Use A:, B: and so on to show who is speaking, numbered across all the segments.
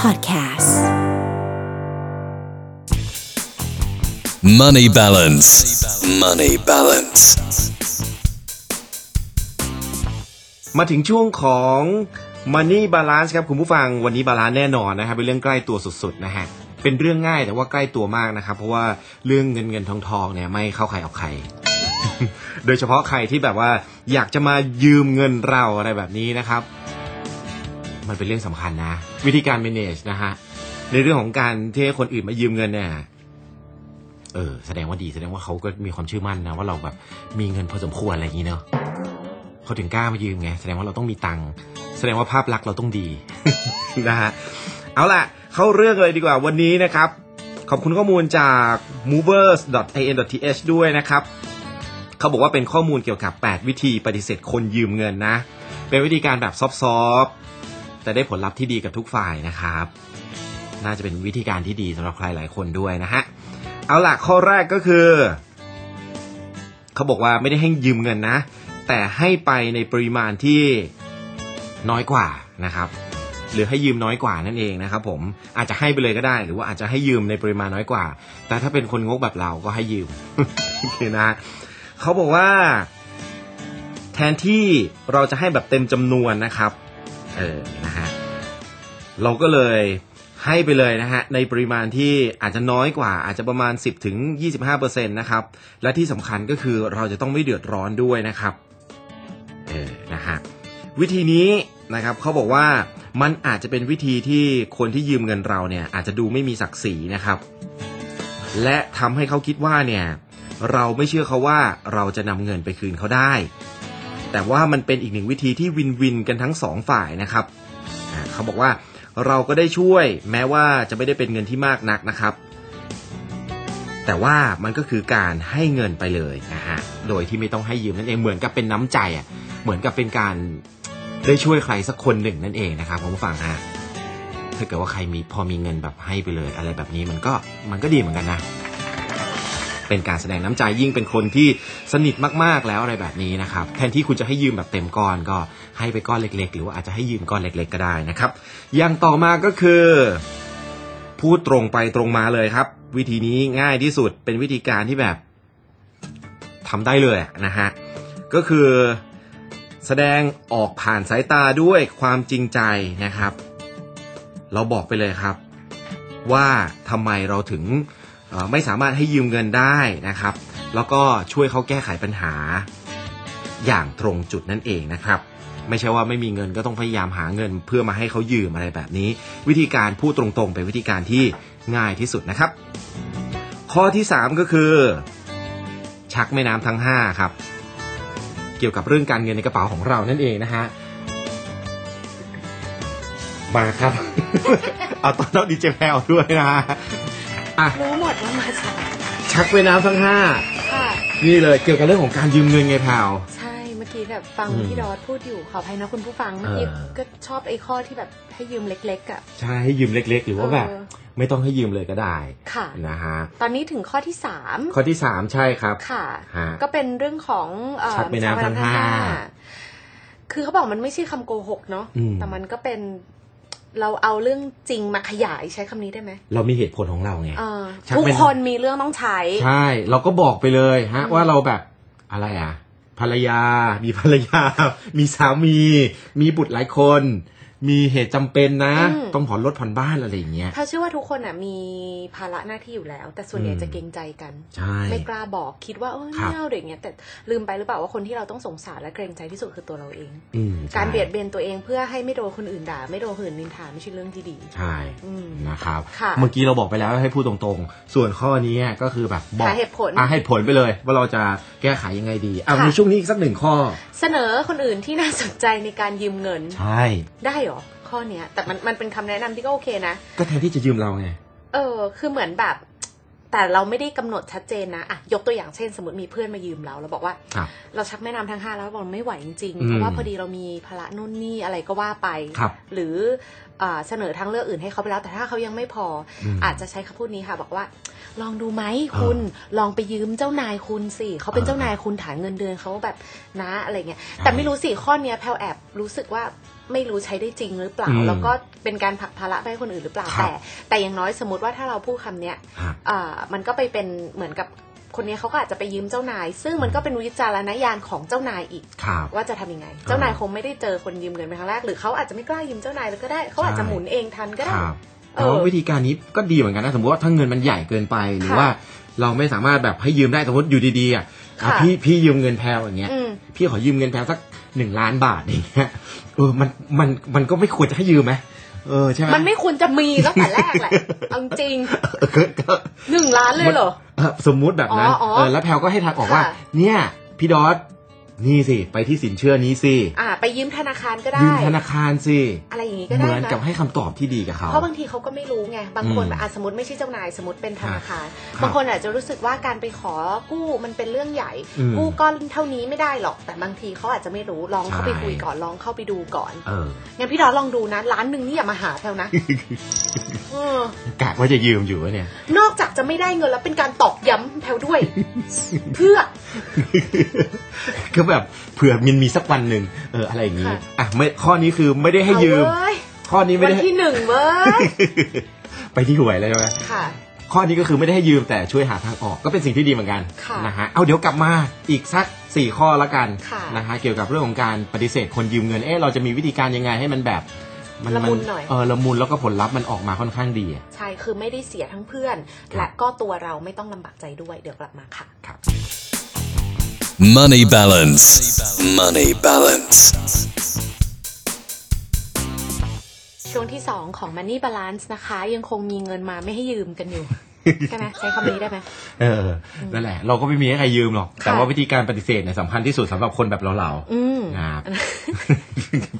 A: Podcasts.
B: Money balance. Money balance.
C: มาถึงช่วงของ Money Balance ครับคุณผู้ฟังวันนี้บาลานซ์แน่นอนนะครับเป็นเรื่องใกล้ตัวสุดๆนะฮะเป็นเรื่องง่ายแต่ว่าใกล้ตัวมากนะครับเพราะว่าเรื่องเงินเงินทองทองเนี่ยไม่เข้าใครออกใคร โดยเฉพาะใครที่แบบว่าอยากจะมายืมเงินเราอะไรแบบนี้นะครับ มันเป็นเรื่องสำคัญนะ วิธีการ manage นะฮะในเรื่องของการที่ให้คนอื่นมายืมเงินเนี่ย เออแสดงว่าดีแสดงว่าเขาก็มีความเชื่อมั่นนะว่าเราแบบมีเงินพอสมควรอะไรอย่างนี้เนาะ เขาถึงกล้ามายืมไง แสดงว่าเราต้องมีตังค์แสดงว่าภาพลักษณ์เราต้องดี นะฮะเอาล่ะ เข้าเรื่องเลยดีกว่าวันนี้นะครับ ขอบคุณข้อมูลจาก movers.in.th ด้วยนะครับ เขาบอกว่าเป็นข้อมูลเกี่ยวกับ 8 วิธีปฏิเสธคนยืมเงินนะ เป็นวิธีการแบบซอฟต์ๆแต่ได้ผลลัพธ์ที่ดีกับทุกฝ่ายนะครับ น่าจะเป็นวิธีการที่ดีสำหรับใครหลายคนด้วยนะฮะเอาล่ะข้อแรกก็คือ เขาบอกว่าไม่ได้ให้ยืมเงินนะ แต่ให้ไปในปริมาณที่น้อยกว่านะครับ หรือให้ยืมน้อยกว่านั่นเองนะครับ ผมอาจจะให้ไปเลยก็ได้ หรือว่าอาจจะให้ยืมในปริมาณน้อยกว่า แต่ถ้าเป็นคนงกแบบเราก็ให้ยืม โอเคนะเขาบอกว่า แทนที่เราจะให้แบบเต็มจำนวนนะครับ เออนะฮะเราก็เลยให้ไปเลยนะฮะในปริมาณที่อาจจะน้อยกว่า อาจจะประมาณ 10ถึง25%นะครับ และที่สำคัญก็คือเราจะต้องไม่เดือดร้อนด้วยนะครับ เออ นะฮะ วิธีนี้นะครับเขาบอกว่ามันอาจจะเป็นวิธีที่คนที่ยืมเงินเราเนี่ยอาจจะดูไม่มีศักดิ์ศรีนะครับ และทำให้เขาคิดว่าเนี่ยเราไม่เชื่อเขาว่าเราจะนำเงินไปคืนเขาได้ แต่ว่ามันเป็นอีกหนึ่งวิธีที่วินวินกันทั้งสองฝ่ายนะครับอ่าเขาบอกว่าเราก็ได้ช่วยแม้ว่าจะไม่ได้เป็นเงินที่มากนักนะครับ แต่ว่ามันก็คือการให้เงินไปเลยนะฮะ โดยที่ไม่ต้องให้ยืมนั่นเอง เหมือนกับเป็นน้ำใจอ่ะ เหมือนกับเป็นการได้ช่วยใครสักคนหนึ่งนั่นเองนะครับคุณผู้ฟังฮะ ถ้าเกิดว่าใครมีพอมีเงินแบบให้ไปเลยอะไรแบบนี้มันก็มันก็ดีเหมือนกันนะ เป็นการแสดงน้ำใจยิ่งเป็นคนที่สนิทมากๆแล้วอะไรแบบนี้นะครับ แทนที่คุณจะให้ยืมแบบเต็มก้อนก็ให้ไปก้อนเล็ก ๆ หรือว่าอาจจะให้ยืมก้อนเล็ก ๆ ก็ได้นะครับ อย่างต่อมาก็คือ พูดตรงไปตรงมาเลยครับ วิธีนี้ง่ายที่สุดเป็นวิธีการที่แบบทำได้เลยอะนะฮะก็คือแสดงออกผ่านสายตาด้วยความจริงใจนะครับ เราบอกไปเลยครับ ว่าทำไมเราถึงเอ่อไม่สามารถให้ยืมเงินได้นะครับ แล้วก็ช่วยเขาแก้ไขปัญหาอย่างตรงจุดนั่นเองนะครับ ไม่ใช่ว่าไม่มีเงินก็ต้องพยายามหาเงินเพื่อมาให้เขายืมอะไรแบบนี้ วิธีการพูดตรงๆเป็นวิธีการที่ง่ายที่สุดนะครับ ข้อที่ 3 ก็คือ ชักแม่น้ำทั้ง 5 ครับ เกี่ยวกับเรื่องการเงินในกระเป๋าของเรานั่นเองนะฮะมาครับ เอาตอนนอกดีเจแพลวด้วยนะฮะอ่ะ
D: รู้หมดว่ามาจาก
C: ชักแม่น้ำทั้ง
D: ค่ะ
C: 5 นี่เลยเกี่ยวกับเรื่องของการยืมเงินไงแพลว
D: ใช่เมื่อกี้แบบฟัง
C: อืม
D: พี่ดอทพูดอยู่ขออภัยนะคุณผู้ฟังเมื่อกี้
C: เออ
D: ก็ชอบไอ้ข้อที่แบบให้ยืมเล็กๆอ่ะ
C: ใช่ให้ยืมเล็ก ๆ หรือว่าแบบ
D: เออ
C: ไม่ต้องให้ยืมเลยก็ได้
D: ค่ะ
C: นะฮะ
D: ตอนนี้ถึงข้อที่สาม
C: ข้อที่ 3 ใช่ครับ
D: ค่ะ
C: ฮะ
D: ก็เป็นเรื่องของเอ่อ
C: ชักแม่น้ำทั้งห้า
D: คือเขาบอกมันไม่ใช่คำโกหกเนาะ
C: อืม
D: แต่มันก็เป็น เราเอาเรื่องจริงมาขยายใช้คำนี้ได้ไหม
C: เรามีเหตุผลของเราไง
D: เออ
C: ชัก
D: ทุก
C: แม่น้ำ
D: คนมีเรื่องต้องใช้
C: ใช่ เราก็บอกไปเลยฮะ
D: อืม
C: ว่าเราแบบอะไรอ่ะ ภรรยา มีภรรยา มีสามี มีบุตรหลายคน มีเหตุจำเป็นนะ ต้องผ่อนรถผ่อนบ้านอะไรอย่างเงี้ย
D: เพราะเชื่อว่าทุกคนอ่ะมีภาระหน้าที่อยู่แล้ว แต่ส่วนใหญ่
C: อืม
D: จะเกรงใจกัน
C: ใช่
D: ไม่กล้าบอกคิดว่าเออ
C: ครับ
D: ไม่เอาหรืออย่างเงี้ยแต่ลืมไปหรือเปล่าว่าคนที่เราต้องสงสารและเกรงใจที่สุดคือตัวเราเอง
C: อืมใช่
D: การเบียดเบียนตัวเองเพื่อให้ไม่โดนคนอื่นด่า ไม่โดนคนอื่นนินทาไม่ใช่เรื่องที่ดี
C: ใช่
D: อืม
C: นะครับ
D: ค่ะ
C: เมื่อกี้เราบอกไปแล้วให้พูดตรงๆ ส่วนข้อนี้ก็คือแบบบอก
D: หาเหตุผล
C: อ่ะให้ผลไปเลย ว่าเราจะแก้ไขยังไงดี อ่ะ
D: ค่ะ
C: มีช่วงนี้อีกสักหนึ่งข้อ
D: เสนอคนอื่นที่น่าสนใจในการยืมเงิน
C: ใช่
D: ได้เหรอข้อเนี้ย แต่มันมันเป็นคำแนะนำที่ก็โอเคนะ
C: ก็แทนที่จะยืมเราไง
D: เออ คือเหมือนแบบ แต่เราไม่ได้กำหนดชัดเจนนะอ่ะยกตัวอย่างเช่น สมมติมีเพื่อนมายืมเราเราบอกว่า
C: ครับ
D: เราชักแม่น้ำทั้งห้าแล้วบอกไม่ไหวจริง
C: อืม
D: ๆเพราะว่าพอดีเรามีภาระนู่นนี่อะไรก็ว่าไป
C: ครับ
D: หรืออาเสนอทางเลือกอื่นให้เขาไปแล้ว แต่ถ้าเขายังไม่พอ
C: ม
D: ออาจจะใช้คำพูดนี้ค่ะ บอกว่า ลองดูไหมคุณ ลองไปยืมเจ้านายคุณสิเขาเป็น
C: อ่า
D: เจ้านายคุณฐานเงินเดือนเขาแบบนะอะไรเงี้ย
C: ใช่
D: แต่ไม่รู้สิข้อเนี้ยแพลแอบรู้สึกว่า ไม่รู้ใช้ได้จริงหรือเปล่า
C: อืม
D: แล้วก็เป็นการผลักภาระไปให้คนอื่นหรือเปล่า
C: ครับ
D: แต่ แต่อย่างน้อยสมมติว่าถ้าเราพูดคำเนี้ย
C: ฮะ
D: อ่ามันก็ไปเป็นเหมือนกับคนเนี้ยเขาก็อาจจะไปยืมเจ้านาย ซึ่งมันก็เป็นวิจารณญาณของเจ้านายอีก
C: ครับ
D: ว่าจะทำยังไง เจ้านายคงไม่ได้เจอคนยืมเงินเป็นครั้งแรกหรือเขาอาจจะไม่กล้ายืมเจ้านายเลยก็ได้เขาอาจจะหมุนเองทันก็
C: ค
D: ได้
C: รับ
D: เออ
C: แต่ว่าวิธีการนี้ก็ดีเหมือนกันนะ สมมติว่าถ้าเงินมันใหญ่เกินไป หรือ
D: ค่ะ
C: ว่าเราไม่สามารถแบบให้ยืมได้ สมมติอยู่ดีๆอ่ะอ่ะ
D: ค่ะ
C: พี่พี่ยืมเงินแพลวอย่างเงี้ย
D: อืม
C: พี่ขอยืมเงินแพลวสักหนึ่งล้านบาทอย่างเงี้ย เออ มัน มัน มันก็ไม่ควรจะให้ยืมไหมเออใช่ไหม
D: มันไม่ควรจะมีตั้งแต่แรก แหละเอาจริง
C: ก็ก็
D: หนึ่งล้านเลยเหรอ
C: เออสมมุติแบบนั้น
D: อ๋ออ๋อ
C: เออ แล้วแพลวก็ให้ทางออกว่า
D: ค่ะ
C: เนี่ย พี่ดอทนี่สิ ไปที่สินเชื่อนี้สิ
D: อ่า ไปยืมธนาคารก็ได้
C: ยืมธนาคารสิ
D: อะไรอย่างนี้ก็
C: เห
D: ได้
C: มือน
D: นะ
C: กับให้คำตอบที่ดีกับเขา
D: เพราะบางทีเขาก็ไม่รู้ไง บางคน
C: อืม
D: อ่ะสมมติไม่ใช่เจ้านายสมมติเป็นธนาคาร
C: ครับ
D: บางคนอาจจะรู้สึกว่าการไปขอกู้มันเป็นเรื่องใหญ่
C: อืม
D: กู้ก้อนเท่านี้ไม่ได้หรอก แต่บางทีเขาอาจจะไม่รู้ ลองเข้าไป
C: ใช่
D: คุยก่อน ลองเข้าไปดูก่อน
C: เออ
D: งั้นพี่ดอนลองดูนะ ร้านหนึ่งนี่อย่ามาหาแถ วนะเออก
C: ะว่าจะยืมอยู่วะเนี่ย
D: นอกจากจะไม่ได้เงินแล้วเป็นการตอกย้ำแถวด้วย เพื่อ
C: ก็แบบเผื่อมันมีสักวันหนึ่งเอออะไรอย่างนี้
D: ค่ะ
C: อ่ะไม่ข้อนี้คือไม่ได้ให้ยืม
D: เอาเว้ย
C: ข้อนี้ไม่
D: วัน
C: ได้
D: ที่หนึ่งเว้ย
C: ไปที่หวยเลยใช่ไหม
D: ค่ะ
C: ข้อนี้ก็คือไม่ได้ให้ยืมแต่ช่วยหาทางออกก็เป็นสิ่งที่ดีเหมือนกัน
D: ค่ะ
C: นะฮะเอาเดี๋ยวกลับมาอีกสัก 4 ข้อละกัน
D: ค่ะ
C: นะฮะเกี่ยวกับเรื่องของการปฏิเสธคนยืมเงินเอ๊ะเราจะมีวิธีการยังไงให้มันแบบ
D: ละมุนหน่อย
C: เออละมุนแล้วก็ผลลัพธ์มันออกมาค่อนข้างดีอะ
D: ใช่ คือไม่ได้เสียทั้งเพื่อน
C: ครับ
D: และก็ตัวเราไม่ต้องลำบากใจด้วย เดี๋ยวกลับมาค่ะ
C: ครับ
B: Money balance. Money balance.
D: ช่วงที่ 2 ของ Money Balance นะคะ ยังคงมีเงินมาไม่ให้ยืมกัน อยู่ ใช่ไหมใช้คำนี้ได้ไหม
C: เออนั่นแหละ เราก็ไม่มีให้ใครยืมหรอก
D: ค่ะ
C: แต่ว่าวิธีการปฏิเสธเนี่ยสำคัญที่สุดสำหรับคนแบบเราๆ
D: อืม
C: ค รับ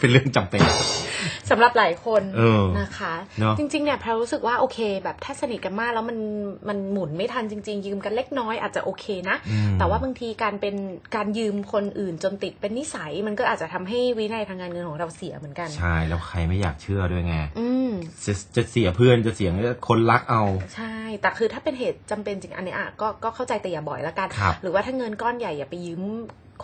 C: เป็นเรื่องจำเป็น
D: สำหรับหลายคน
C: เออ
D: นะคะ
C: เนอะ
D: จริง ๆ เนี่ยแพรรู้สึกว่าโอเค แบบถ้าสนิทกันมากแล้วมันมันหมุนไม่ทันจริง ๆ ยืมกันเล็กน้อยอาจจะโอเคนะ
C: อืม
D: แต่ว่าบางทีการเป็นการยืมคนอื่นจนติดเป็นนิสัย มันก็อาจจะทำให้วินัยทางการเงินของเราเสียเหมือนกัน
C: ใช่ แล้วใครไม่อยากเชื่อด้วยไง
D: อืม
C: จะจะเสียเพื่อนจะเสียคนรักเอา
D: ใช่ แต่คือถ้าเป็นเหตุจำเป็นจริงอันเนี้ยอ่ะก็ก็เข้าใจแต่อย่าบ่อยละกัน
C: ครับ
D: หรือว่าถ้าเงินก้อนใหญ่อย่าไปยืม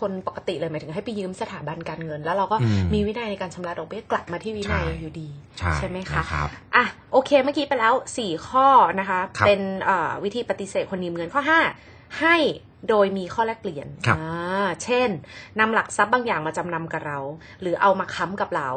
D: คนปกติเลยหมายถึงให้ไปยืมสถาบันการเงิน แล้วเราก็
C: อืม
D: มีวินัยในการชำระดอกเบี้ยกลับมาที่วินัย
C: ใช่
D: อยู่ดี
C: ใช่
D: ไหมคะ
C: นครับ
D: อ่ะโอเคเมื่อกี้ไปแล้ว 4 ข้อนะคะ
C: ครับ
D: เป็นเอ่อวิธีปฏิเสธคนยืมเงินข้อ 5 ให้โดยมีข้อแลกเปลี่ยน
C: ครับ
D: อ่าเช่นนำหลักทรัพย์บางอย่างมาจำนำกับเรา หรือเอามาค้ำกับเรา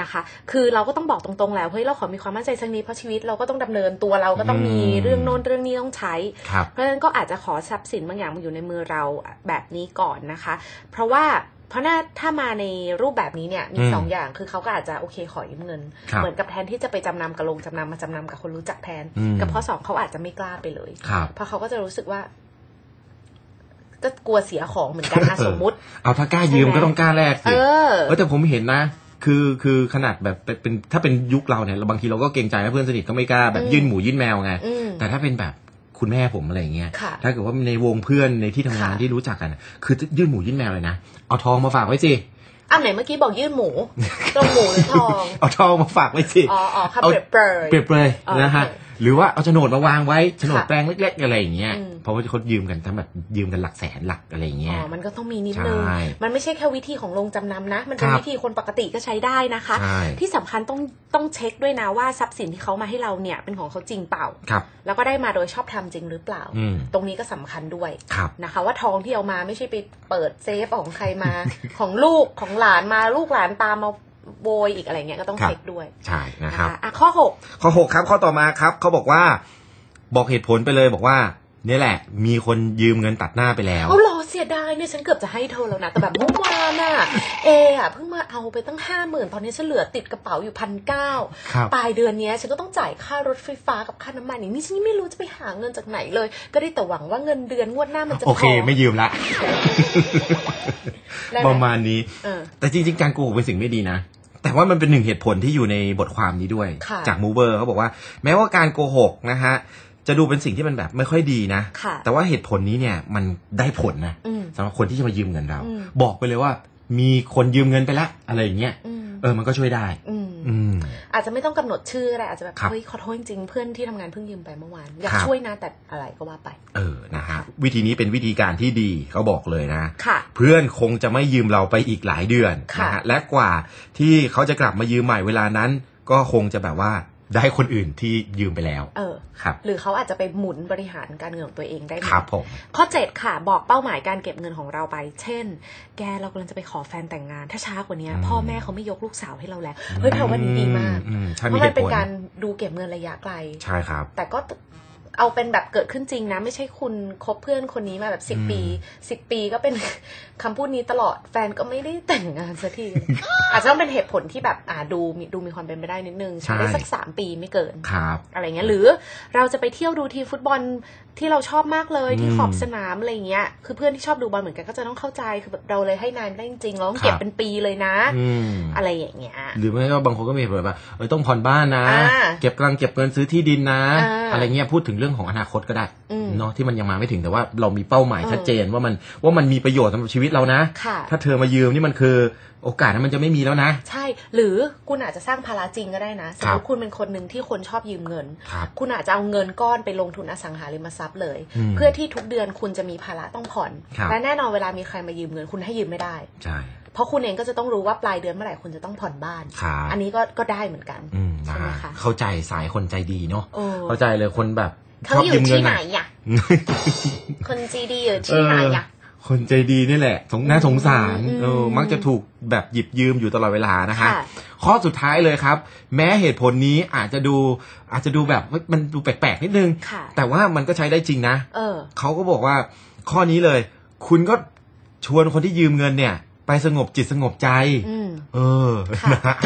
D: นะคะ คือเราก็ต้องบอกตรงๆแล้วเฮ้ยเราขอมีความมั่นใจสักนิดเพราะชีวิตเราก็ต้องดำเนินตัวเราก็ต้องมีเรื่องโน้นเรื่องนี้ต้องใช้
C: ครับ
D: เพราะฉะนั้นก็อาจจะขอทรัพย์สินบางอย่างมาอยู่ในมือเราแบบนี้ก่อนนะคะ เพราะว่าเพราะน่าถ้ามาในรูปแบบนี้เนี่ยมี
C: อืม
D: สองอย่างคือเขาก็อาจจะโอเคขอยืมเงิน
C: ครับ
D: เหมือนกับแทนที่จะไปจำนำกับลงจำนำมาจำนำกับคนรู้จักแทน
C: อืม
D: กับข้อสองเขาอาจจะไม่กล้าไปเลย
C: ครับ
D: เพราะเขาก็จะรู้สึกว่า ก็กลัวเสียของเหมือนกัน นะ สมมุติ
C: เอาถ้ากล้ายืม
D: ใช่ไหม
C: ก็ต้องกล้าแลก
D: เอ
C: สิ
D: อ
C: เออแต่ผมเห็นนะ คือคือขนาดแบบเป็นเป็นถ้าเป็นยุคเราเนี่ยบางทีเราก็เกรงใจนะเพื่อนสนิทก็ไม่กล้าแบบ
D: อืม
C: ยื่นหมูยื่นแมวไง
D: อืม
C: แต่ถ้าเป็นแบบคุณแม่ผมอะไรอย่างเงี้ย
D: ค่ะ
C: ถ้าเกิดว่าในวงเพื่อนในที่ทำงาน
D: ค่ะ
C: ที่รู้จักกันอะคือยื่นหมูยื่นแมวเลยนะ เอาทองมาฝากไว้ สิ
D: อ้าวไหนเมื่อกี้บอกยื่นหมู ตรงหมูหรือท อง
C: เอาทองมาฝากไว้สิ
D: อ๋ออ๋อคำ
C: เอา
D: เปรียบเปรย
C: เปรียบเลย
D: อ๋อ
C: นะฮะ
D: โอเค
C: หรือว่าเอาโฉนดมาวางไว้โฉนด
D: ค่ะ
C: แปลงเล็ก ๆ อะไรอย่างเงี้ย
D: อืม
C: เพราะว่าเขายืมกันทั้งแบบยืมกันหลักแสนหลักอะไรอย่างเงี้
D: อ๋
C: ย
D: อ มันก็ต้องมีนิดนึง
C: ใช่
D: มันไม่ใช่แค่วิธีของโรงจำนำนะ มันเป็น
C: ครับ
D: วิธีคนปกติก็ใช้ได้นะคะ
C: ใช่
D: ที่สำคัญต้องต้องเช็คด้วยนะว่าทรัพย์สินที่เขามาให้เราเนี่ยเป็นของเขาจริงเปล่า
C: ครับ
D: แล้วก็ได้มาโดยชอบทำจริงหรือเปล่า
C: อืม
D: ตรงนี้ก็สำคัญด้วย
C: ครับ
D: นะคะ ว่าทองที่เอามาไม่ใช่ไปเปิดเซฟของใคร มา ของลูกของหลานมาลูกหลานตามมาโบยอีกอะไรเงี้ยก็ต้อง
C: ครับ
D: เช็คด้วย
C: ใช่นะ
D: นะครับ คะอ่ะข้อหก
C: ข้อหกครับข้อต่อมาครับเขาบอกว่าบอกเหตุผลไปเลยบอกว่าเนี่ยแหละ มีคนยืมเงินตัดหน้าไปแล้ว
D: เอาเหรอเสียดายเนี่ยฉันเกือบจะให้เธอแล้วนะ แต่แบบเมื่อวานน่ะ เออ่ะเพิ่งมาเอาไปตั้งห้าหมื่นตอนนี้ฉันเหลือติดกระเป๋าอยู่พันเก้า
C: ครับ
D: ปลายเดือนเนี้ยฉันก็ต้องจ่ายค่ารถไฟฟ้ากับค่าน้ำมันอีกนี่ฉันยังไม่รู้จะไปหาเงินจากไหนเลย ก็ได้แต่หวังว่าเงินเดือนงวดหน้ามันจะพอ
C: โอเคไม่ยืมละ
D: ได้ไห
C: ประมาณนี้
D: เออ
C: แต่จริงๆ การโกหกเป็นสิ่งไม่ดีนะ แต่ว่ามันเป็นหนึ่งเหตุผลที่อยู่ในบทความนี้ด้วย
D: ค่ะ
C: จากมูเบอร์เขาบอกว่า แม้ว่าการโกหกนะฮะ จะดูเป็นสิ่งที่มันแบบไม่ค่อยดีนะ
D: ค่ะ
C: แต่ว่าเหตุผลนี้เนี่ยมันได้ผลนะ
D: อืม
C: สำหรับคนที่จะมายืมเงินเรา
D: อืม
C: บอกไปเลยว่า มีคนยืมเงินไปละอะไรอย่างเงี้ย
D: อืม
C: เออมันก็ช่วยได้
D: อืม
C: อืม
D: อาจจะไม่ต้องกำหนดชื่ออะไรอาจจะแบบ
C: ครับ
D: เฮ้ยขอโทษจริงๆเพื่อนที่ทำงานเพิ่งยืมไปเมื่อวานอยาก
C: ครับ
D: ช่วยนะแต่อะไรก็ว่าไป
C: เออนะฮะวิธีนี้เป็นวิธีการที่ดีเขาบอกเลยนะ
D: ค่ะ
C: เพื่อนคงจะไม่ยืมเราไปอีกหลายเดือน
D: ค่ะ
C: นะฮะและกว่าที่เขาจะกลับมายืมใหม่เวลานั้น ก็คงจะแบบว่าได้คนอื่นที่ยืมไปแล้ว
D: เออ
C: ครับ
D: หรือเขาอาจจะไปหมุนบริหารการเงินของตัวเองได้ไหม
C: ครับผม
D: ข้อ 7 ค่ะ บอกเป้าหมายการเก็บเงินของเราไป เช่น แกเรากำลังจะไปขอแฟนแต่งงาน ถ้าช้ากว่านี้พ่อแม่เขาไม่ยกลูกสาวให้เราแล้ว เฮ้ยแปลว่าดีมาก
C: อืใช่
D: เพ
C: มี
D: ราะ
C: เห
D: มัน
C: ตุ
D: เป็น
C: ผล
D: การดูเก็บเงินระยะไกล
C: ใช่ครับ
D: แต่ก็เอาเป็นแบบเกิดขึ้นจริงนะ ไม่ใช่คุณคบเพื่อนคนนี้มาแบบสิบ
C: อืม
D: ปีสิบปีก็เป็น คำพูดนี้ตลอดแฟนก็ไม่ได้แต่งงานสั กที อาจจะต้องเป็นเหตุผลที่แบบอ่าดูมีดูมีความเป็นไปได้นิดนึงใช้ได้สักสามปีไม่เกิน
C: ครับ
D: อะไรเงี้ยหรือเราจะไปเที่ยวดูทีมฟุตบอลที่เราชอบมากเลยที่
C: อืม
D: ขอบสนามอะไรเงี้ยคือเพื่อนที่ชอบดูบอลเหมือนกันก็จะต้องเข้าใจคือแบบเราเลยให้นานไม่ได้จริงๆเราต้องเก็
C: ค
D: บ
C: รับ
D: เป็นปีเลยนะ
C: อืม
D: อะไรอย่างเงี้ย
C: หรือไม่ก็บางคนก็มีแบบว่าเออต้องผ่อนบ้านนะ
D: อ่า
C: เก็บกำลังเก็บเงินซื้อที่ดินนะ
D: อ่า
C: อะไรเงี้ยพูดถึงเรื่องของอนาคตก็ได้
D: อืม
C: เนาะที่มันยังมาไม่ถึงแต่ว่าเรามีเป้าหมาย
D: เออ
C: ชัดเจนว่ามันว่ามันมีประโยชน์สำหรับชีวิตเรานะ
D: ค่ะ
C: ถ้าเธอมายืมนี่มันคือโอกาสนั้นมันจะไม่มีแล้วนะ
D: ใช่ หรือคุณอาจจะสร้างภาระจริงก็ได้นะ สมม
C: ครั
D: ติ
C: บ
D: คุณเป็นคนหนึ่งที่คนชอบยืมเงิน
C: ครับ
D: คุณอาจจะเอาเงินก้อนไปลงทุนอสังหาริมทรัพย์เลย
C: อืม
D: เพื่อที่ทุกเดือนคุณจะมีภาระต้องผ่อน
C: ครับ
D: และแน่นอนเวลามีใครมายืมเงินคุณให้ยืมไม่ได้
C: ใช่
D: เพราะคุณเองก็จะต้องรู้ว่าปลายเดือนเมื่อไหร่คุณจะต้องผ่อนบ้าน
C: ครับ
D: อันนี้ก็ก็ได้เหมือนกัน
C: อืมนะ
D: ใช่ไหมคะ
C: เข้าใจสายคนใจดีเนาะ
D: โอ้
C: เข้าใจเลยคนแบบช
D: เขา
C: อบ
D: อ
C: ยื
D: ยู่
C: มเงิ
D: ที่
C: น
D: ไหน
C: อะ
D: อ่ะ คนจีดีอยู่ที่ไหนอ่ะ
C: คนใจดีนี่แหละสงน่าสงสาร
D: อืม
C: เออมักจะถูกแบบหยิบยืมอยู่ตลอดเวลานะคะ
D: ค่ะ
C: ข้อสุดท้ายเลยครับ แม้เหตุผลนี้อาจจะดูอาจจะดูแบบเฮ้ยมันดูแปลกๆนิดนึง
D: ค่ะ
C: แต่ว่ามันก็ใช้ได้จริงนะ
D: เออ
C: เขาก็บอกว่าข้อนี้เลย คุณก็ชวนคนที่ยืมเงินเนี่ย ไปสงบจิตสงบใจ
D: อืม
C: เออ
D: ค่ะ
C: นะฮะ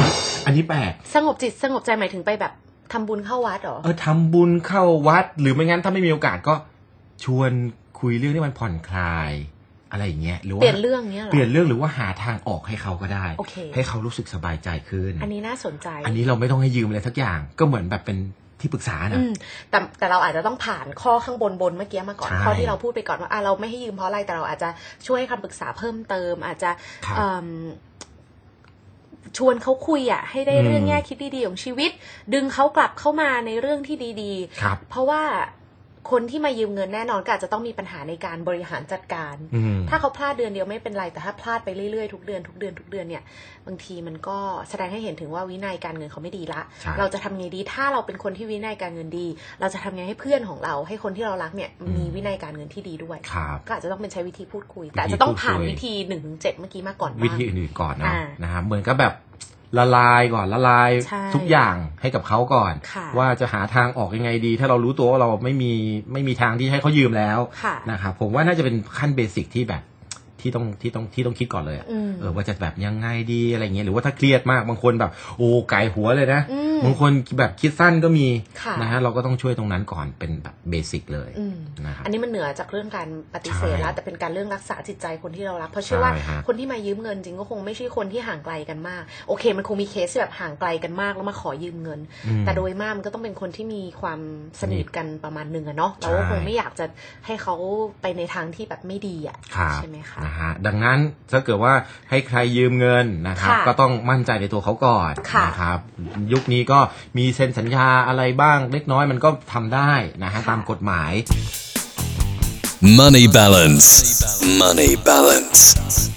C: อันนี้แปลก
D: สงบจิตสงบใจหมายถึงไปแบบทำบุญเข้าวัดเหรอ
C: เออทำบุญเข้าวัด หรือไม่งั้นถ้าไม่มีโอกาสก็ชวนคุยเรื่องที่มันผ่อนคลาย อะไรอย่างเงี้ยหรือว่า
D: เปลี่ยนเรื่องเนี้ยเหรอ
C: เปลี่ยนเรื่องหรือว่าหาทางออกให้เขาก็ได้
D: โอเค
C: ให้เขารู้สึกสบายใจขึ้น
D: อันนี้น่าสนใจ
C: อันนี้เราไม่ต้องให้ยืมอะไรทักอย่างก็เหมือนแบบเป็นที่ปรึกษา
D: อื
C: นะ
D: มแต่แต่เราอาจจะต้องผ่านข้อข้างบนบนเมื่อกี้มาก่อน
C: ใช่
D: ข้อที่เราพูดไปก่อนว่าอ่ะเราไม่ให้ยืมเพราะอะไรแต่เราอาจจะช่วยให้คำปรึกษาเพิ่มเติม อาจจะ
C: ครับ
D: เอิ่มชวนเขาคุยอ่ะ ให้ได้
C: อืม
D: เรื่องแง่คิดดีๆของชีวิต ดึงเขากลับเข้ามาในเรื่องที่ดี
C: ครับ
D: ๆ เพราะว่าคนที่มายืมเงินแน่นอนก็อาจจะต้องมีปัญหาในการบริหารจัดการ
C: อืม
D: ถ้าเขาพลาดเดือนเดียวไม่เป็นไรแต่ถ้าพลาดไปเรื่อยๆทุกเดือนทุกเดือนทุกเดือนเนี่ย บางทีมันก็แสดงให้เห็นถึงว่าวินัยการเงินเขาไม่ดีละ
C: ใช่
D: เราจะทำไงดีถ้าเราเป็นคนที่วินัยการเงินดี เราจะทำไงให้เพื่อนของเรา ให้คนที่เรารักเนี่ยมีวินัยการเงินที่ดีด้วย
C: ครับ
D: ก็อาจจะต้องเป็นใช้วิธีพูดคุย
C: วิธี
D: แต่อาจจะต้องผ่าน
C: พูดคุย
D: วิธีหนึ่งถึงเจ็ดเมื่อกี้มาก่อนบ้าง
C: วิธีอื่นๆก่อนเนาะ
D: อ่า
C: นะฮะเหมือนกับแบบละลายก่อนละลาย
D: ใช่
C: ทุกอย่างให้กับเขาก่อน
D: ค่ะ
C: ว่าจะหาทางออกยังไงดี ถ้าเรารู้ตัวว่าเราไม่มีไม่มีทางที่ให้เขายืมแล้ว
D: ค่ะ
C: นะครับผมว่าน่าจะเป็นขั้นเบสิกที่แบบที่ต้องที่ต้องที่ต้องคิดก่อนเลยอะ
D: อืม
C: เออว่าจะแบบยังไงดีอะไรเงี้ยหรือว่าถ้าเครียดมากบางคนแบบโอ้ไก่หัวเลยนะ
D: อืม
C: บางคนแบบคิดสั้นก็มี
D: ค่ะ
C: นะฮะเราก็ต้องช่วยตรงนั้นก่อนเป็นแบบเบสิกเลย
D: อืม
C: นะครับ
D: อันนี้มันเหนือจากเรื่องการปฏิเสธ
C: ใช่
D: แล้วแต่เป็นการเรื่องรักษาจิตใจคนที่เรารัก เพราะเชื่อว่า
C: ใช่ฮะ
D: คนที่มายืมเงินจริงก็คงไม่ใช่คนที่ห่างไกลกันมาก โอเค มันคงมีเคสที่แบบห่างไกลกันมากแล้วมาขอยืมเงิน
C: อืม
D: แต่โดยมากมันก็ต้องเป็นคนที่มีความสนิทกันประมาณหนึ่งอะเนาะ
C: ใช่
D: เราก็คงไม่อยากจะให้เขาไปในทางที่แบบไม่ดีอะ
C: ครับ
D: ใช่ไหมคะ
C: นะฮะดังนั้นถ้าเกิดว่าให้ใครยืมเงินนะครับ
D: ค่ะ
C: ก็ต้องมั่นใจในตัวเขาก่อน
D: ค่ะ
C: นะครับยุคนี้ก็มีเซ็นสัญญาอะไรบ้างเล็กน้อยมันก็ทำได้นะฮะ
D: ค่ะ
C: ตามกฎหมาย
B: Money balance. Money balance.